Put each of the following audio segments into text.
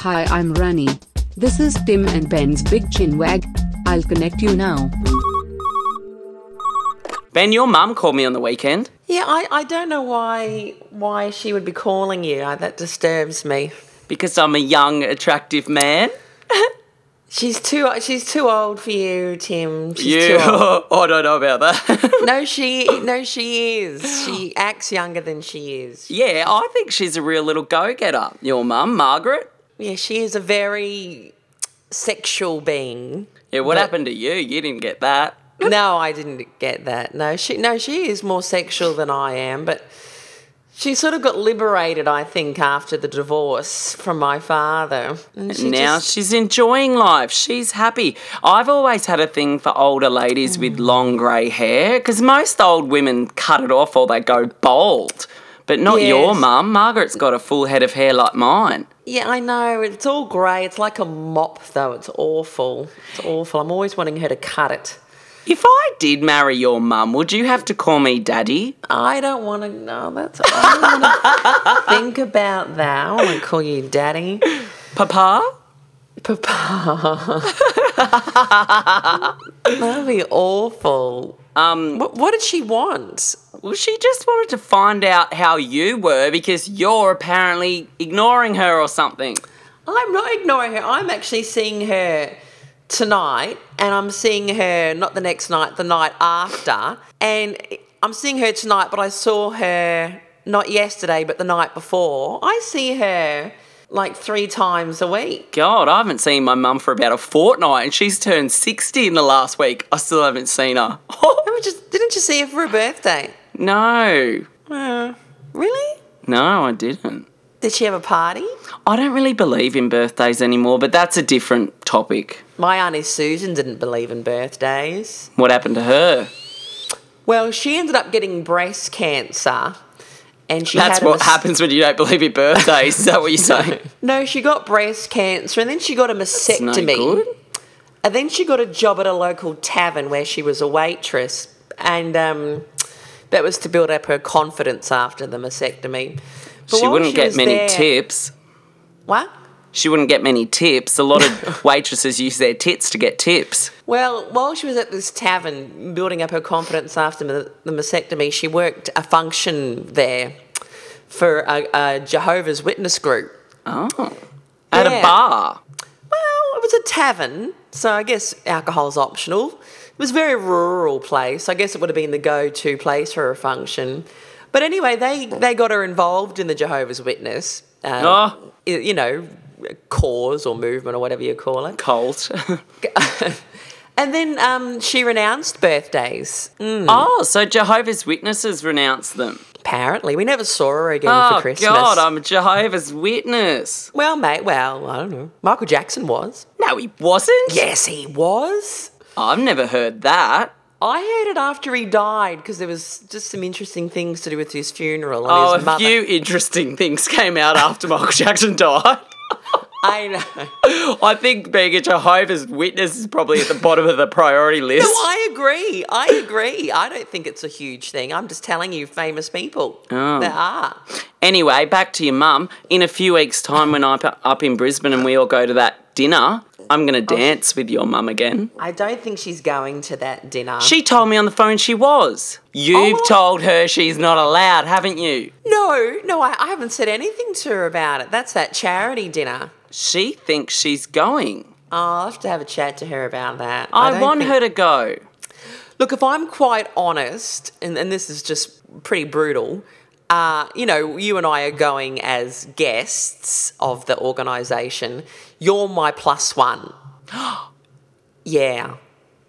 Hi, I'm Rani. This is Tim and Ben's Big Chin Wag. I'll connect you now. Ben, your mum called me on the weekend. Yeah, I, I don't know why why she would be calling you. I, that disturbs me. Because I'm a young, attractive man. She's too she's too old for you, Tim. She's You, too old. I don't know about that. No, she no she is. She acts younger than she is. yeah, I think she's a real little go-getter. Your mum, Margaret. Yeah, she is a very sexual being. Yeah, what happened to you? You didn't get that. No, I didn't get that. No, she no she is more sexual than I am, but she sort of got liberated, I think, after the divorce from my father. And she now just- she's enjoying life. She's happy. I've always had a thing for older ladies Mm. with long grey hair because most old women cut it off or they go bald. But not your Yes. mum. Margaret's got a full head of hair like mine. Yeah, I know. It's all grey. It's like a mop, though. It's awful. It's awful. I'm always wanting her to cut it. If I did marry your mum, would you have to call me daddy? I don't want to. No, that's. I don't want to think about that. I want to call you daddy, Papa? papa. That'd be awful. Um, what, what did she want? Well, she just wanted to find out how you were because you're apparently ignoring her or something. I'm not ignoring her. I'm actually seeing her tonight, and I'm seeing her not the next night, the night after. And I'm seeing her tonight, but I saw her not yesterday, but the night before. I see her like three times a week. God, I haven't seen my mum for about a fortnight and she's turned 60 in the last week. I still haven't seen her. Haven't you- Didn't you see her for her birthday? no, Uh, really? no, I didn't. Did she have a party? I don't really believe in birthdays anymore, but that's a different topic. My auntie Susan didn't believe in birthdays. What happened to her? Well, she ended up getting breast cancer, and she That's had a what mis- happens when you don't believe in birthdays. Is that what you're saying? No, she got breast cancer, and then she got a It's no mastectomy. good. And then she got a job at a local tavern where she was a waitress, and um, that was to build up her confidence after the mastectomy. But She while wouldn't get was many there- tips. What? She wouldn't get many tips. A lot of waitresses use their tits to get tips. Well, while she was at this tavern building up her confidence after the, the mastectomy, she worked a function there for a, a Jehovah's Witness group. Oh. At a Yeah. bar. Well, it was a tavern, so I guess alcohol's optional. It was a very rural place. I guess it would have been the go-to place for a function. But anyway, they, they got her involved in the Jehovah's Witness, um, Ah. y- you know, cause or movement or whatever you call it. Cold. and then um, she renounced birthdays. Oh, so Jehovah's Witnesses renounce them. Apparently, we never saw her again Oh, for Christmas. God, I'm a Jehovah's Witness. well, mate. Well, I don't know. Michael Jackson was. No, he wasn't. Yes, he was. I've never heard that. I heard it after he died because there was just some interesting things to do with his funeral and Oh, his a mother. few interesting things came out after Michael Jackson died. I know. I think being a Jehovah's Witness is probably at the bottom of the priority list. No, I agree. I agree. I don't think it's a huge thing. I'm just telling you, famous people Oh. there are. Anyway, back to your mum. In a few weeks' time, when I'm up- up in Brisbane and we all go to that dinner, I'm Oh. going to dance with your mum again. I don't think she's going to that dinner. She told me on the phone she was. You've Oh. told her she's not allowed, haven't you? no, no, I, I haven't said anything to her about it. That's that charity dinner. She thinks she's going. I'll have to have a chat to her about that. I, don't want think- her to go. Look, if I'm quite honest, and, and this is just pretty brutal, uh, you know, you and I are going as guests of the organisation. You're my plus one. yeah.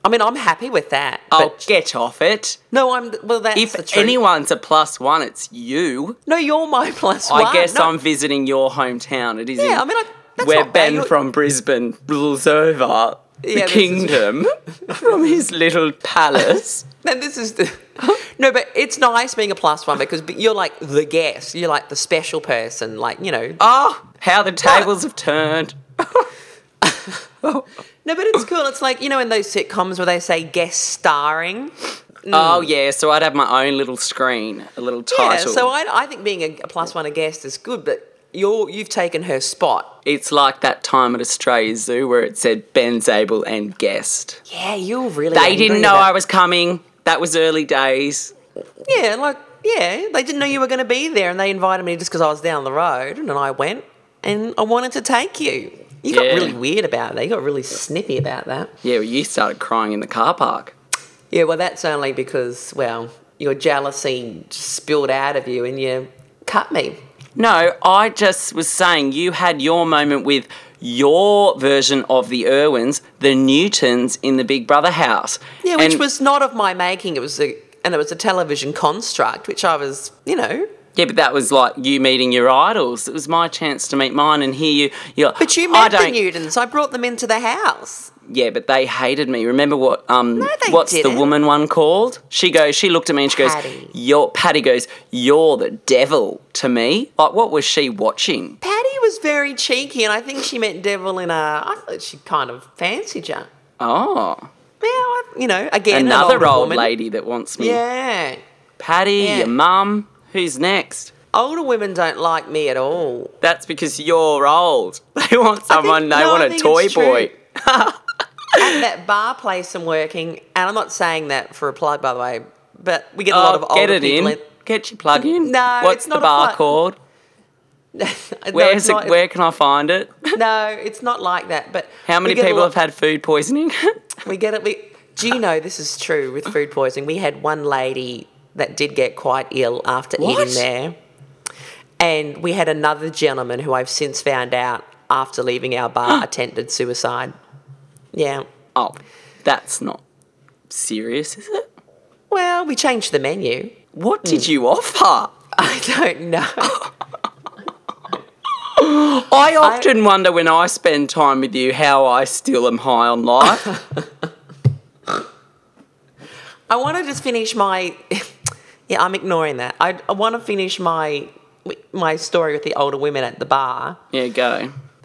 I mean, I'm happy with that. Oh, but- get off it. no, I'm. Well, that's If the truth. anyone's a plus one, it's you. no, you're my plus one. I guess No, I'm visiting your hometown. It is in Yeah, I mean, I, that's where not bad. Ben You're- from Brisbane rules over the Yeah, this is- kingdom from his little palace. And this is the. No, but it's nice being a plus one because you're like the guest. You're like the special person. Like, you know, Oh, how the tables have turned. No, but it's cool. It's like, you know, in those sitcoms where they say guest starring. Uh, Mm. Oh, yeah, so I'd have my own little screen, a little Yeah, title. so I, I think being a, a plus one a guest is good, but you're you've taken her spot. It's like that time at Australia Zoo where it said Ben Zabel and guest. Yeah, you're really. They didn't know I was coming. That was early days. Yeah, like yeah, they didn't know you were going to be there, and they invited me just because I was down the road, and I went, and I wanted to take you. You got Yeah. really weird about that. You got really snippy about that. Yeah, well, you started crying in the car park. Yeah, well, that's only because well, your jealousy just spilled out of you, and you cut me. No, I just was saying you had your moment with your version of the Irwins, the Newtons in the Big Brother house. Yeah, which And- was not of my making. It was a and it was a television construct, which I was, you know. Yeah, but that was like you meeting your idols. It was my chance to meet mine and hear you. You're, But you I met the don't- Newtons. I brought them into the house. Yeah, but they hated me. Remember what? Um, they what's didn't. the woman one called? She goes. She looked at me and she goes, Patty. "You're Patty." Goes, "You're the devil to me." Like, what was she watching? Patty was very cheeky, and I think she met Devil in a. I thought she kind of fancied you. Yeah, Oh, I, you know, again, an another older old woman. lady that wants me. Yeah, Patty, Yeah. your mum. Who's next? older women don't like me at all. That's because you're old. They want someone. they no, I want a think toy it's true. boy. At that bar place I'm working, and I'm not saying that for a plug, by the way, but we get a lot of Oh, older get it in. people. Get your plug in. No, what's it's the not a bar plug. called? In. No, Where's it's it? not- Where can I find it? No, it's not like that. But How many we get a people lot- have had food poisoning? We get it. We, do you know this is true with food poisoning? We had one lady that did get quite ill after What? eating there, and we had another gentleman who I've since found out after leaving our bar attempted suicide. Yeah. oh, that's not serious, is it? Well, we changed the menu. What did you offer? Hmm. I don't know. I often wonder when I spend time with you how I still am high on life. I want to just finish my. Yeah, I'm ignoring that. I, I want to finish my my story with the older women at the bar. yeah, go.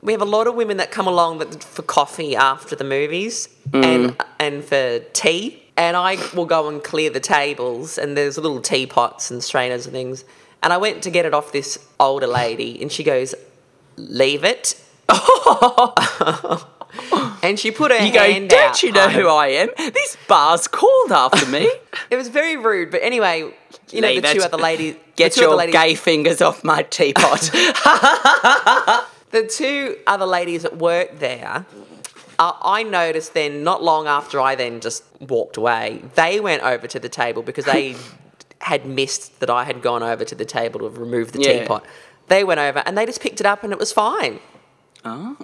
we have a lot of women that come along that for coffee after the movies and Mm. and for tea. And I will go and clear the tables, and there's little teapots and strainers and things. And I went to get it off this older lady, and she goes, "Leave it." and she put her You go, hand don't out. you know kind of. who I am? This bar's called after me. It was very rude, but anyway, you know Leave the two it. other ladies. Get the two other your ladies, gay fingers off my teapot. the two other ladies that worked there, uh, I noticed then not long after I then just walked away, they went over to the table because they had missed that I had gone over to the table to remove the Yeah. teapot. They went over and they just picked it up and it was fine. Oh,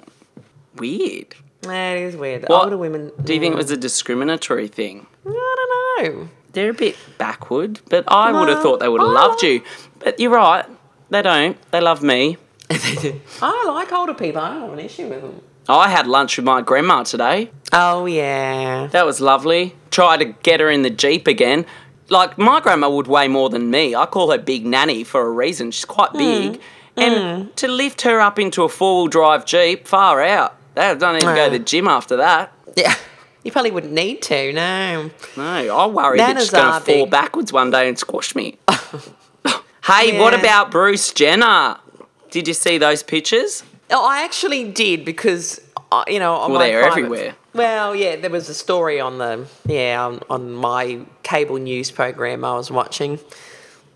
Weird. That is weird. What- Older women. Do you think it was a discriminatory thing? I don't know. They're a bit backward, but I would have Well, thought they would have I loved like- you. But you're right. They don't. They love me. I like older people. I don't have an issue with them. Oh, I had lunch with my grandma today. Oh yeah. That was lovely. Tried to get her in the Jeep again. Like, my grandma would weigh more than me. I call her Big Nanny for a reason. She's Hmm. quite big. And to lift her up into a four wheel drive Jeep, far out. They don't even go to the gym after that. Yeah. You probably wouldn't need to. No. No, I worry that Nanas she's going are to fall big. backwards one day and squash me. hey, what Yeah. about Bruce Jenner? Did you see those pictures? Oh, I actually did because uh, you know on Well, my they are private- everywhere. Well, yeah, there was a story on the yeah on, on my cable news program I was watching.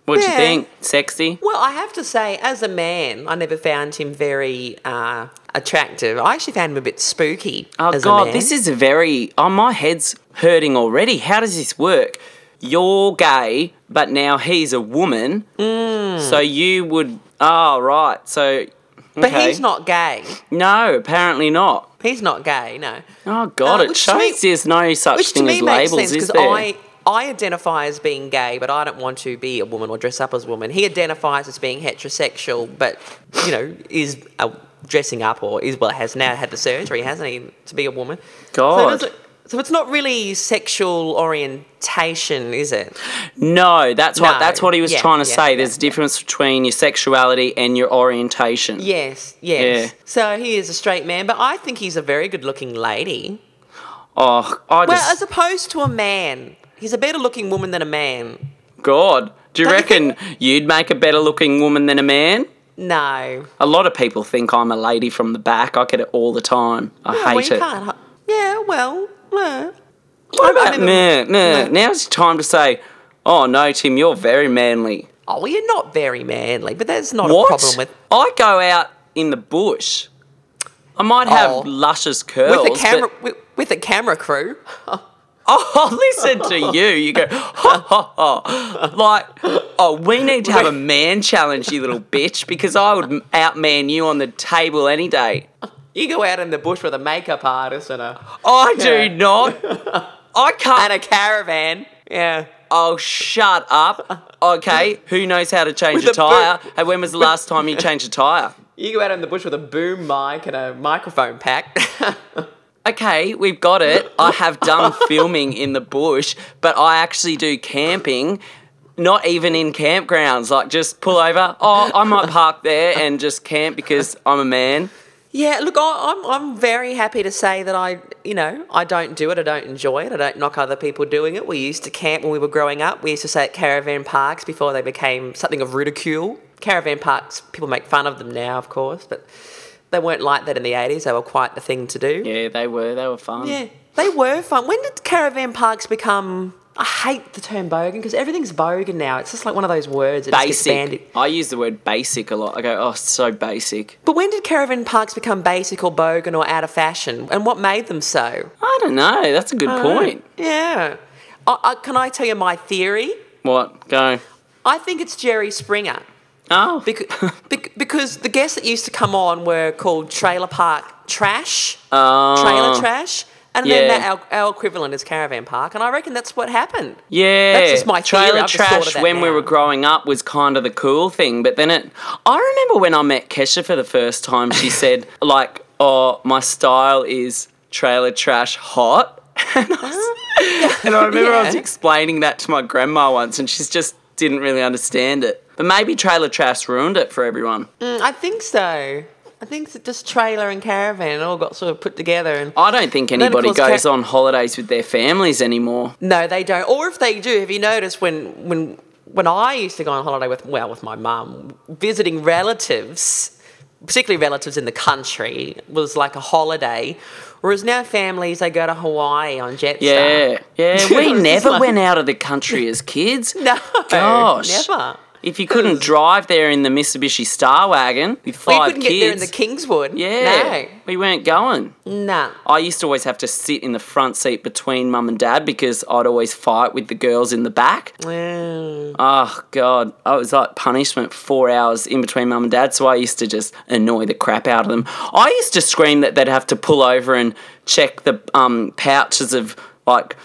What'd you Yeah. think? Sexy? Well, I have to say, as a man, I never found him very uh, attractive. I actually found him a bit spooky. Oh as a god, man. this is a very oh my head's hurting already. How does this work? You're gay, but now he's a woman. Mm. So you would Oh right. So But okay. he's not gay. No, apparently not. He's not gay. No. Oh god, Uh, it which to shows me- there's no such Which to thing me as makes labels, sense is because there? I I identify as being gay, but I don't want to be a woman or dress up as a woman. He identifies as being heterosexual, but you know is uh dressing up or is well has now had the surgery, hasn't he, to be a woman? So, God. it doesn't- so it's not really sexual orientation, is it? No, that's what No. that's what he was Yeah, trying to yeah, say. yeah, There's a difference between your sexuality and your orientation. Yes, yes. Yeah. So he is a straight man, but I think he's a very good-looking lady. Oh, I Well, just as opposed to a man, he's a better-looking woman than a man. God. Do you Don't you reckon think- you'd make a better looking woman than a man? No. A lot of people think I'm a lady from the back. I get it all the time. I well, hate you it. Can't, hu- yeah, well, uh, What about remember- nah, nah. No. Now's time to say, oh no, Tim, you're very manly. oh, well, you're not very manly, but that's not a what? problem with I go out in the bush. I might have Oh. luscious curls. with a but- camera with, with a camera crew. oh, listen to you. You go, ha ha ha. Like, oh, we need to have a man challenge, you little bitch, because I would outman you on the table any day. You go out in the bush with a makeup artist and a I Yeah. do not. I can't. and a caravan. Yeah. Oh, shut up. Okay, who knows how to change With a a boot. tyre? Hey, when was the last time you changed a tyre? You go out in the bush with a boom mic and a microphone pack. Okay, we've got it. I have done filming in the bush, but I actually do camping, not even in campgrounds. Like, just pull over. Oh, I might park there and just camp because I'm a man. yeah, look, I, I'm I'm very happy to say that I, you know, I don't do it. I don't enjoy it. I don't knock other people doing it. We used to camp when we were growing up. We used to stay at caravan parks before they became something of ridicule. Caravan parks, people make fun of them now, of course, but they weren't like that in the 80s. They were quite the thing to do. Yeah, they were. They were fun. Yeah, they were fun. When did caravan parks become? I hate the term bogan because everything's bogan now. It's just like one of those words. That just gets bandied. Basic. I use the word basic a lot. I go, oh, so basic. But when did caravan parks become basic or bogan or out of fashion? And what made them so? I don't know. That's a good point. Yeah. I, I, can I tell you my theory? What? Go. I think it's Jerry Springer Oh. because, because the guests that used to come on were called trailer park trash, Oh. trailer trash, and yeah. then that, our, our equivalent is caravan park. And I reckon that's what happened. Yeah, That's just my theory. trailer I've just thought of trash. that when we now. were growing up was kind of the cool thing, but then it. I remember when I met Kesha for the first time. She said like, "Oh, my style is trailer trash hot," and I, was- and I remember I was Yeah. explaining that to my grandma once, and she's just didn't really understand it. But maybe trailer trash ruined it for everyone. Mm, I think so. I think that just trailer and caravan all got sort of put together, and I don't think of anybody course, goes Ke- on holidays with their families anymore. no, they don't. Or if they do, have you noticed when when when I used to go on holiday with well with my mum, visiting relatives, particularly relatives in the country, was like a holiday. Whereas now families they go to Hawaii on Jetstar. Yeah, yeah. We It's never like- went out of the country as kids. No, Gosh. never. If you couldn't drive there in the Mitsubishi Star Wagon with We five couldn't kids, get there in the Kingswood. yeah, we weren't going. no, nah. I used to always have to sit in the front seat between mum and dad because I'd always fight with the girls in the back. Mm. Oh god, I was like punishment four hours in between mum and dad, so I used to just annoy the crap out of them. I used to scream that they'd have to pull over and check the um, pouches of like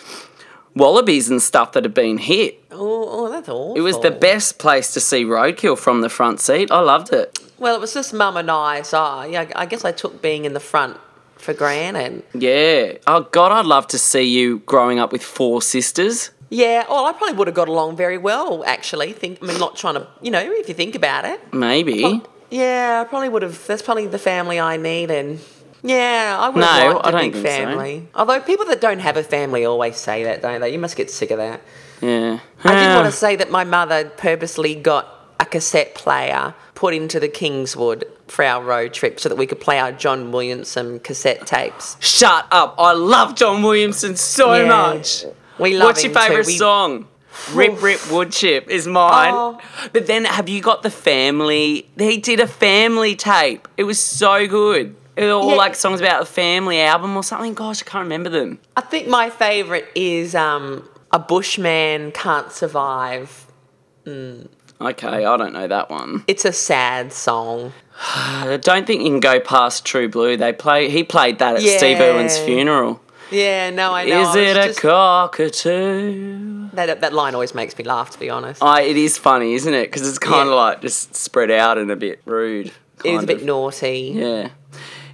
wallabies and stuff that had been hit. Oh, oh, that's awful. It was the best place to see roadkill from the front seat. I loved it. Well, it was just mum and I, so I, yeah, I guess I took being in the front for granted. Yeah. Oh God, I'd love to see you growing up with four sisters. Yeah, well, I probably would have got along very well, actually. Think, I mean, not trying to, you know, if you think about it. Maybe. Yeah, I probably would have. That's probably the family I needed. Yeah, I would have No, liked I a don't big think so. family. Although people that don't have a family always say that, don't they? You must get sick of that. Yeah. I did Ah. want to say that my mother purposely got a cassette player put into the Kingswood for our road trip so that we could play our John Williamson cassette tapes. Shut up. I love John Williamson so Yeah. much. We love What's your him too. favourite We- song? Rip Rip Wood Chip is mine. Oh. But then have you got the family? He did a family tape. It was so good. It was all Yeah. like songs about a family album or something. Gosh, I can't remember them. I think my favourite is um, a bushman can't survive. Okay, I don't know that one. It's a sad song. I don't think you can go past True Blue. They play. He played that at Yeah. Steve Irwin's funeral. Yeah, no, I know. Is I it was a just- cockatoo? that, that line always makes me laugh, to be honest. I, it is funny, isn't it? Because it's kind of Yeah. like just spread out and a bit rude. it is kind a bit of. naughty. Yeah.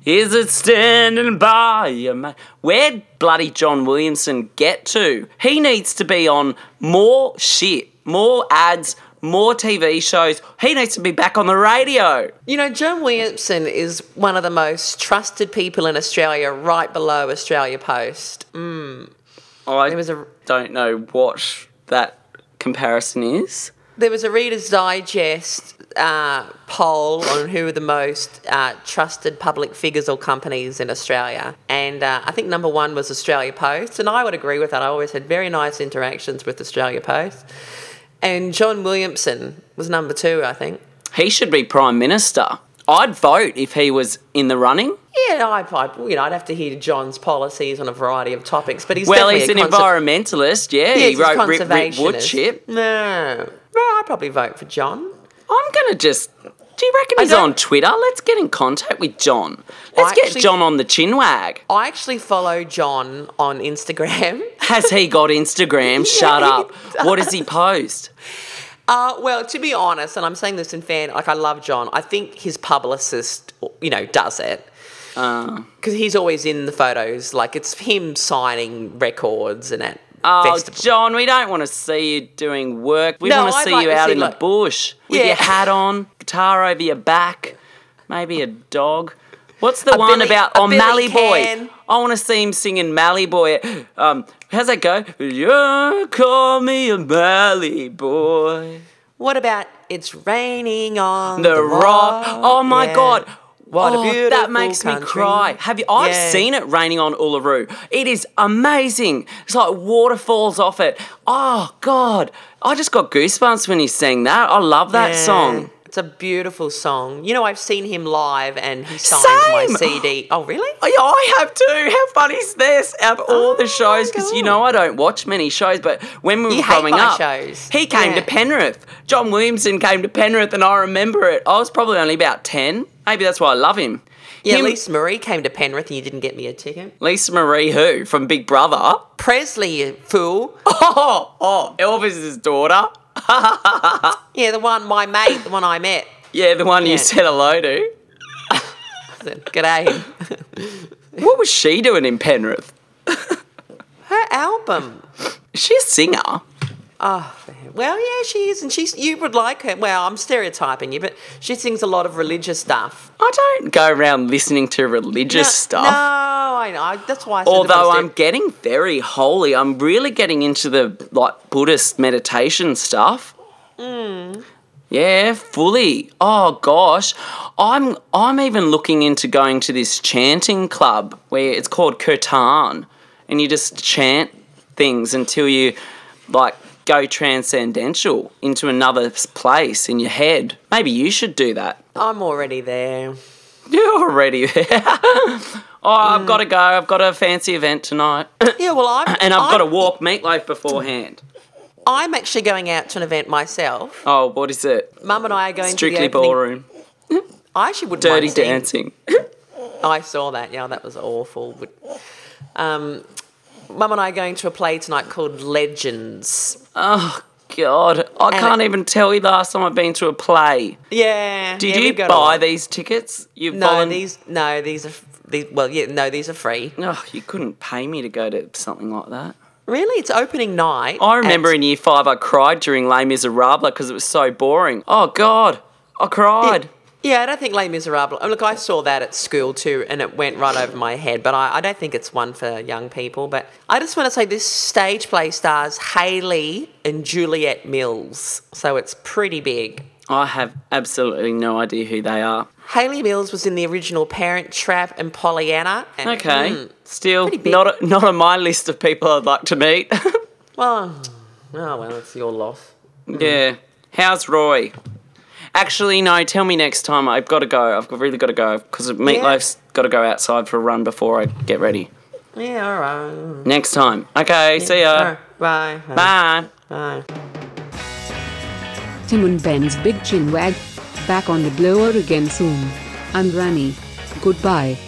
Is it standing by you, mate? Where'd bloody John Williamson get to? He needs to be on more shit, more ads, more TV shows. He needs to be back on the radio. You know, John Williamson is one of the most trusted people in Australia, right below Australia Post. Mm, I was a- don't know what that comparison is. There was a Reader's Digest uh, poll on who are the most uh, trusted public figures or companies in Australia. And uh, I think number one was Australia Post. And I would agree with that. I always had very nice interactions with Australia Post. And John Williamson was number two, I think. He should be prime minister. I'd vote if he was in the running. Yeah, I'd, I'd, you know, I'd have to hear John's policies on a variety of topics, but he's well, definitely he's a an conser- environmentalist. Yeah, Yeah, he he's a wrote Rip, Rip conservationist. Woodchip. No, no, I'd probably vote for John. I'm gonna just. Do you reckon he's don't- on Twitter? Let's get in contact with John. Let's get actually- John on the chinwag. I actually follow John on Instagram. Has he got Instagram? Shut he up. What does he post? Uh, well, to be honest, and I'm saying this in fan, like I love John. I think his publicist, you know, does it Uh. because he's always in the photos. Like it's him signing records and at Oh, festivals. John, we don't want to see you doing work. We No, want to I'd see like you to out see, in the like- bush with Yeah. your hat on, guitar over your back, maybe a dog. What's the one Billy- about a on Billy Mallee Boy? can. I want to see him singing Mallee Boy. Um, how's that go? You call me a Mallee Boy. What about it's raining on The rock. Oh my Yeah. god. What a Oh, that beautiful makes me country. cry. Have you? I've Yeah. seen it raining on Uluru. It is amazing. It's like water falls off it. Oh god, I just got goosebumps when he sang that. I love that Yeah. song. It's a beautiful song. You know, I've seen him live, and he signed my Same. CD. Oh, really? Oh, yeah, I have too. How funny is this? Out of all Oh the my shows, because you God. know I don't watch many shows, but when we were You hate growing my up, shows. he came Yeah. to Penrith. John Williamson came to Penrith, and I remember it. I was probably only about ten. Maybe that's why I love him. Yeah, Him- Lisa Marie came to Penrith, and you didn't get me a ticket. Lisa Marie who from Big Brother? Presley, you fool. Oh, oh, Elvis's daughter. Yeah, the one my mate, the one I met. Yeah, the one you Yeah. said hello to. G'day. What was she doing in Penrith? Her album. Is she a singer? Oh, well, yeah, she is, and she's. You would like her. Well, I'm stereotyping you, but she sings a lot of religious stuff. I don't go around listening to religious No- stuff. No, I know. I- That's why. I said the Although first I'm step. getting very holy, I'm really getting into the like Buddhist meditation stuff. Hmm. Yeah, fully. Oh gosh, I'm I'm even looking into going to this chanting club where it's called kirtan, and you just chant things until you like go transcendental into another s- place in your head. Maybe you should do that. I'm already there. You're already there. oh, Hmm. I've got to go. I've got a fancy event tonight. Yeah, well, I'm. And I've got to I'm- walk meatloaf beforehand. I'm actually going out to an event myself. Oh, what is it? Mum and I are going Strictly to the opening- ballroom, I actually wouldn't dirty mind seeing- dancing. I saw that. Yeah, that was awful. But, um, Mum and I are going to a play tonight called Legends. Oh God, I can't it- even tell you the last time I've been to a play. Yeah. Did yeah, you we've got a buy lot. these tickets? You No, volun- these no, these are f- these. Well, yeah, no, these are free. Oh, you couldn't pay me to go to something like that. Really, it's opening night. I remember at- in year five I cried during Les Miserables because it was so boring. Oh God, I cried. Yeah, I don't think Les Miserables. oh, Look, I saw that at school too, and it went right over my head. But I, I don't think it's one for young people. But I just want to say this stage play stars Haley and Juliet Mills, so it's pretty big. I have absolutely no idea who they are. Haley Mills was in the original Parent Trap and Pollyanna. And, Okay, mm, still Pretty big. not not on my list of people I'd like to meet. well, oh well, it's your loss. Yeah. How's Roy? Actually, no. Tell me next time. I've got to go. I've really got to go because Meatloaf's got to go outside for a run before I get ready. Yeah, all right. Next time. Okay. See ya. All right, Bye. Bye. Bye. Tim and Ben's Big Chin Wag. Back on the blower again soon. I'm Rani. Goodbye.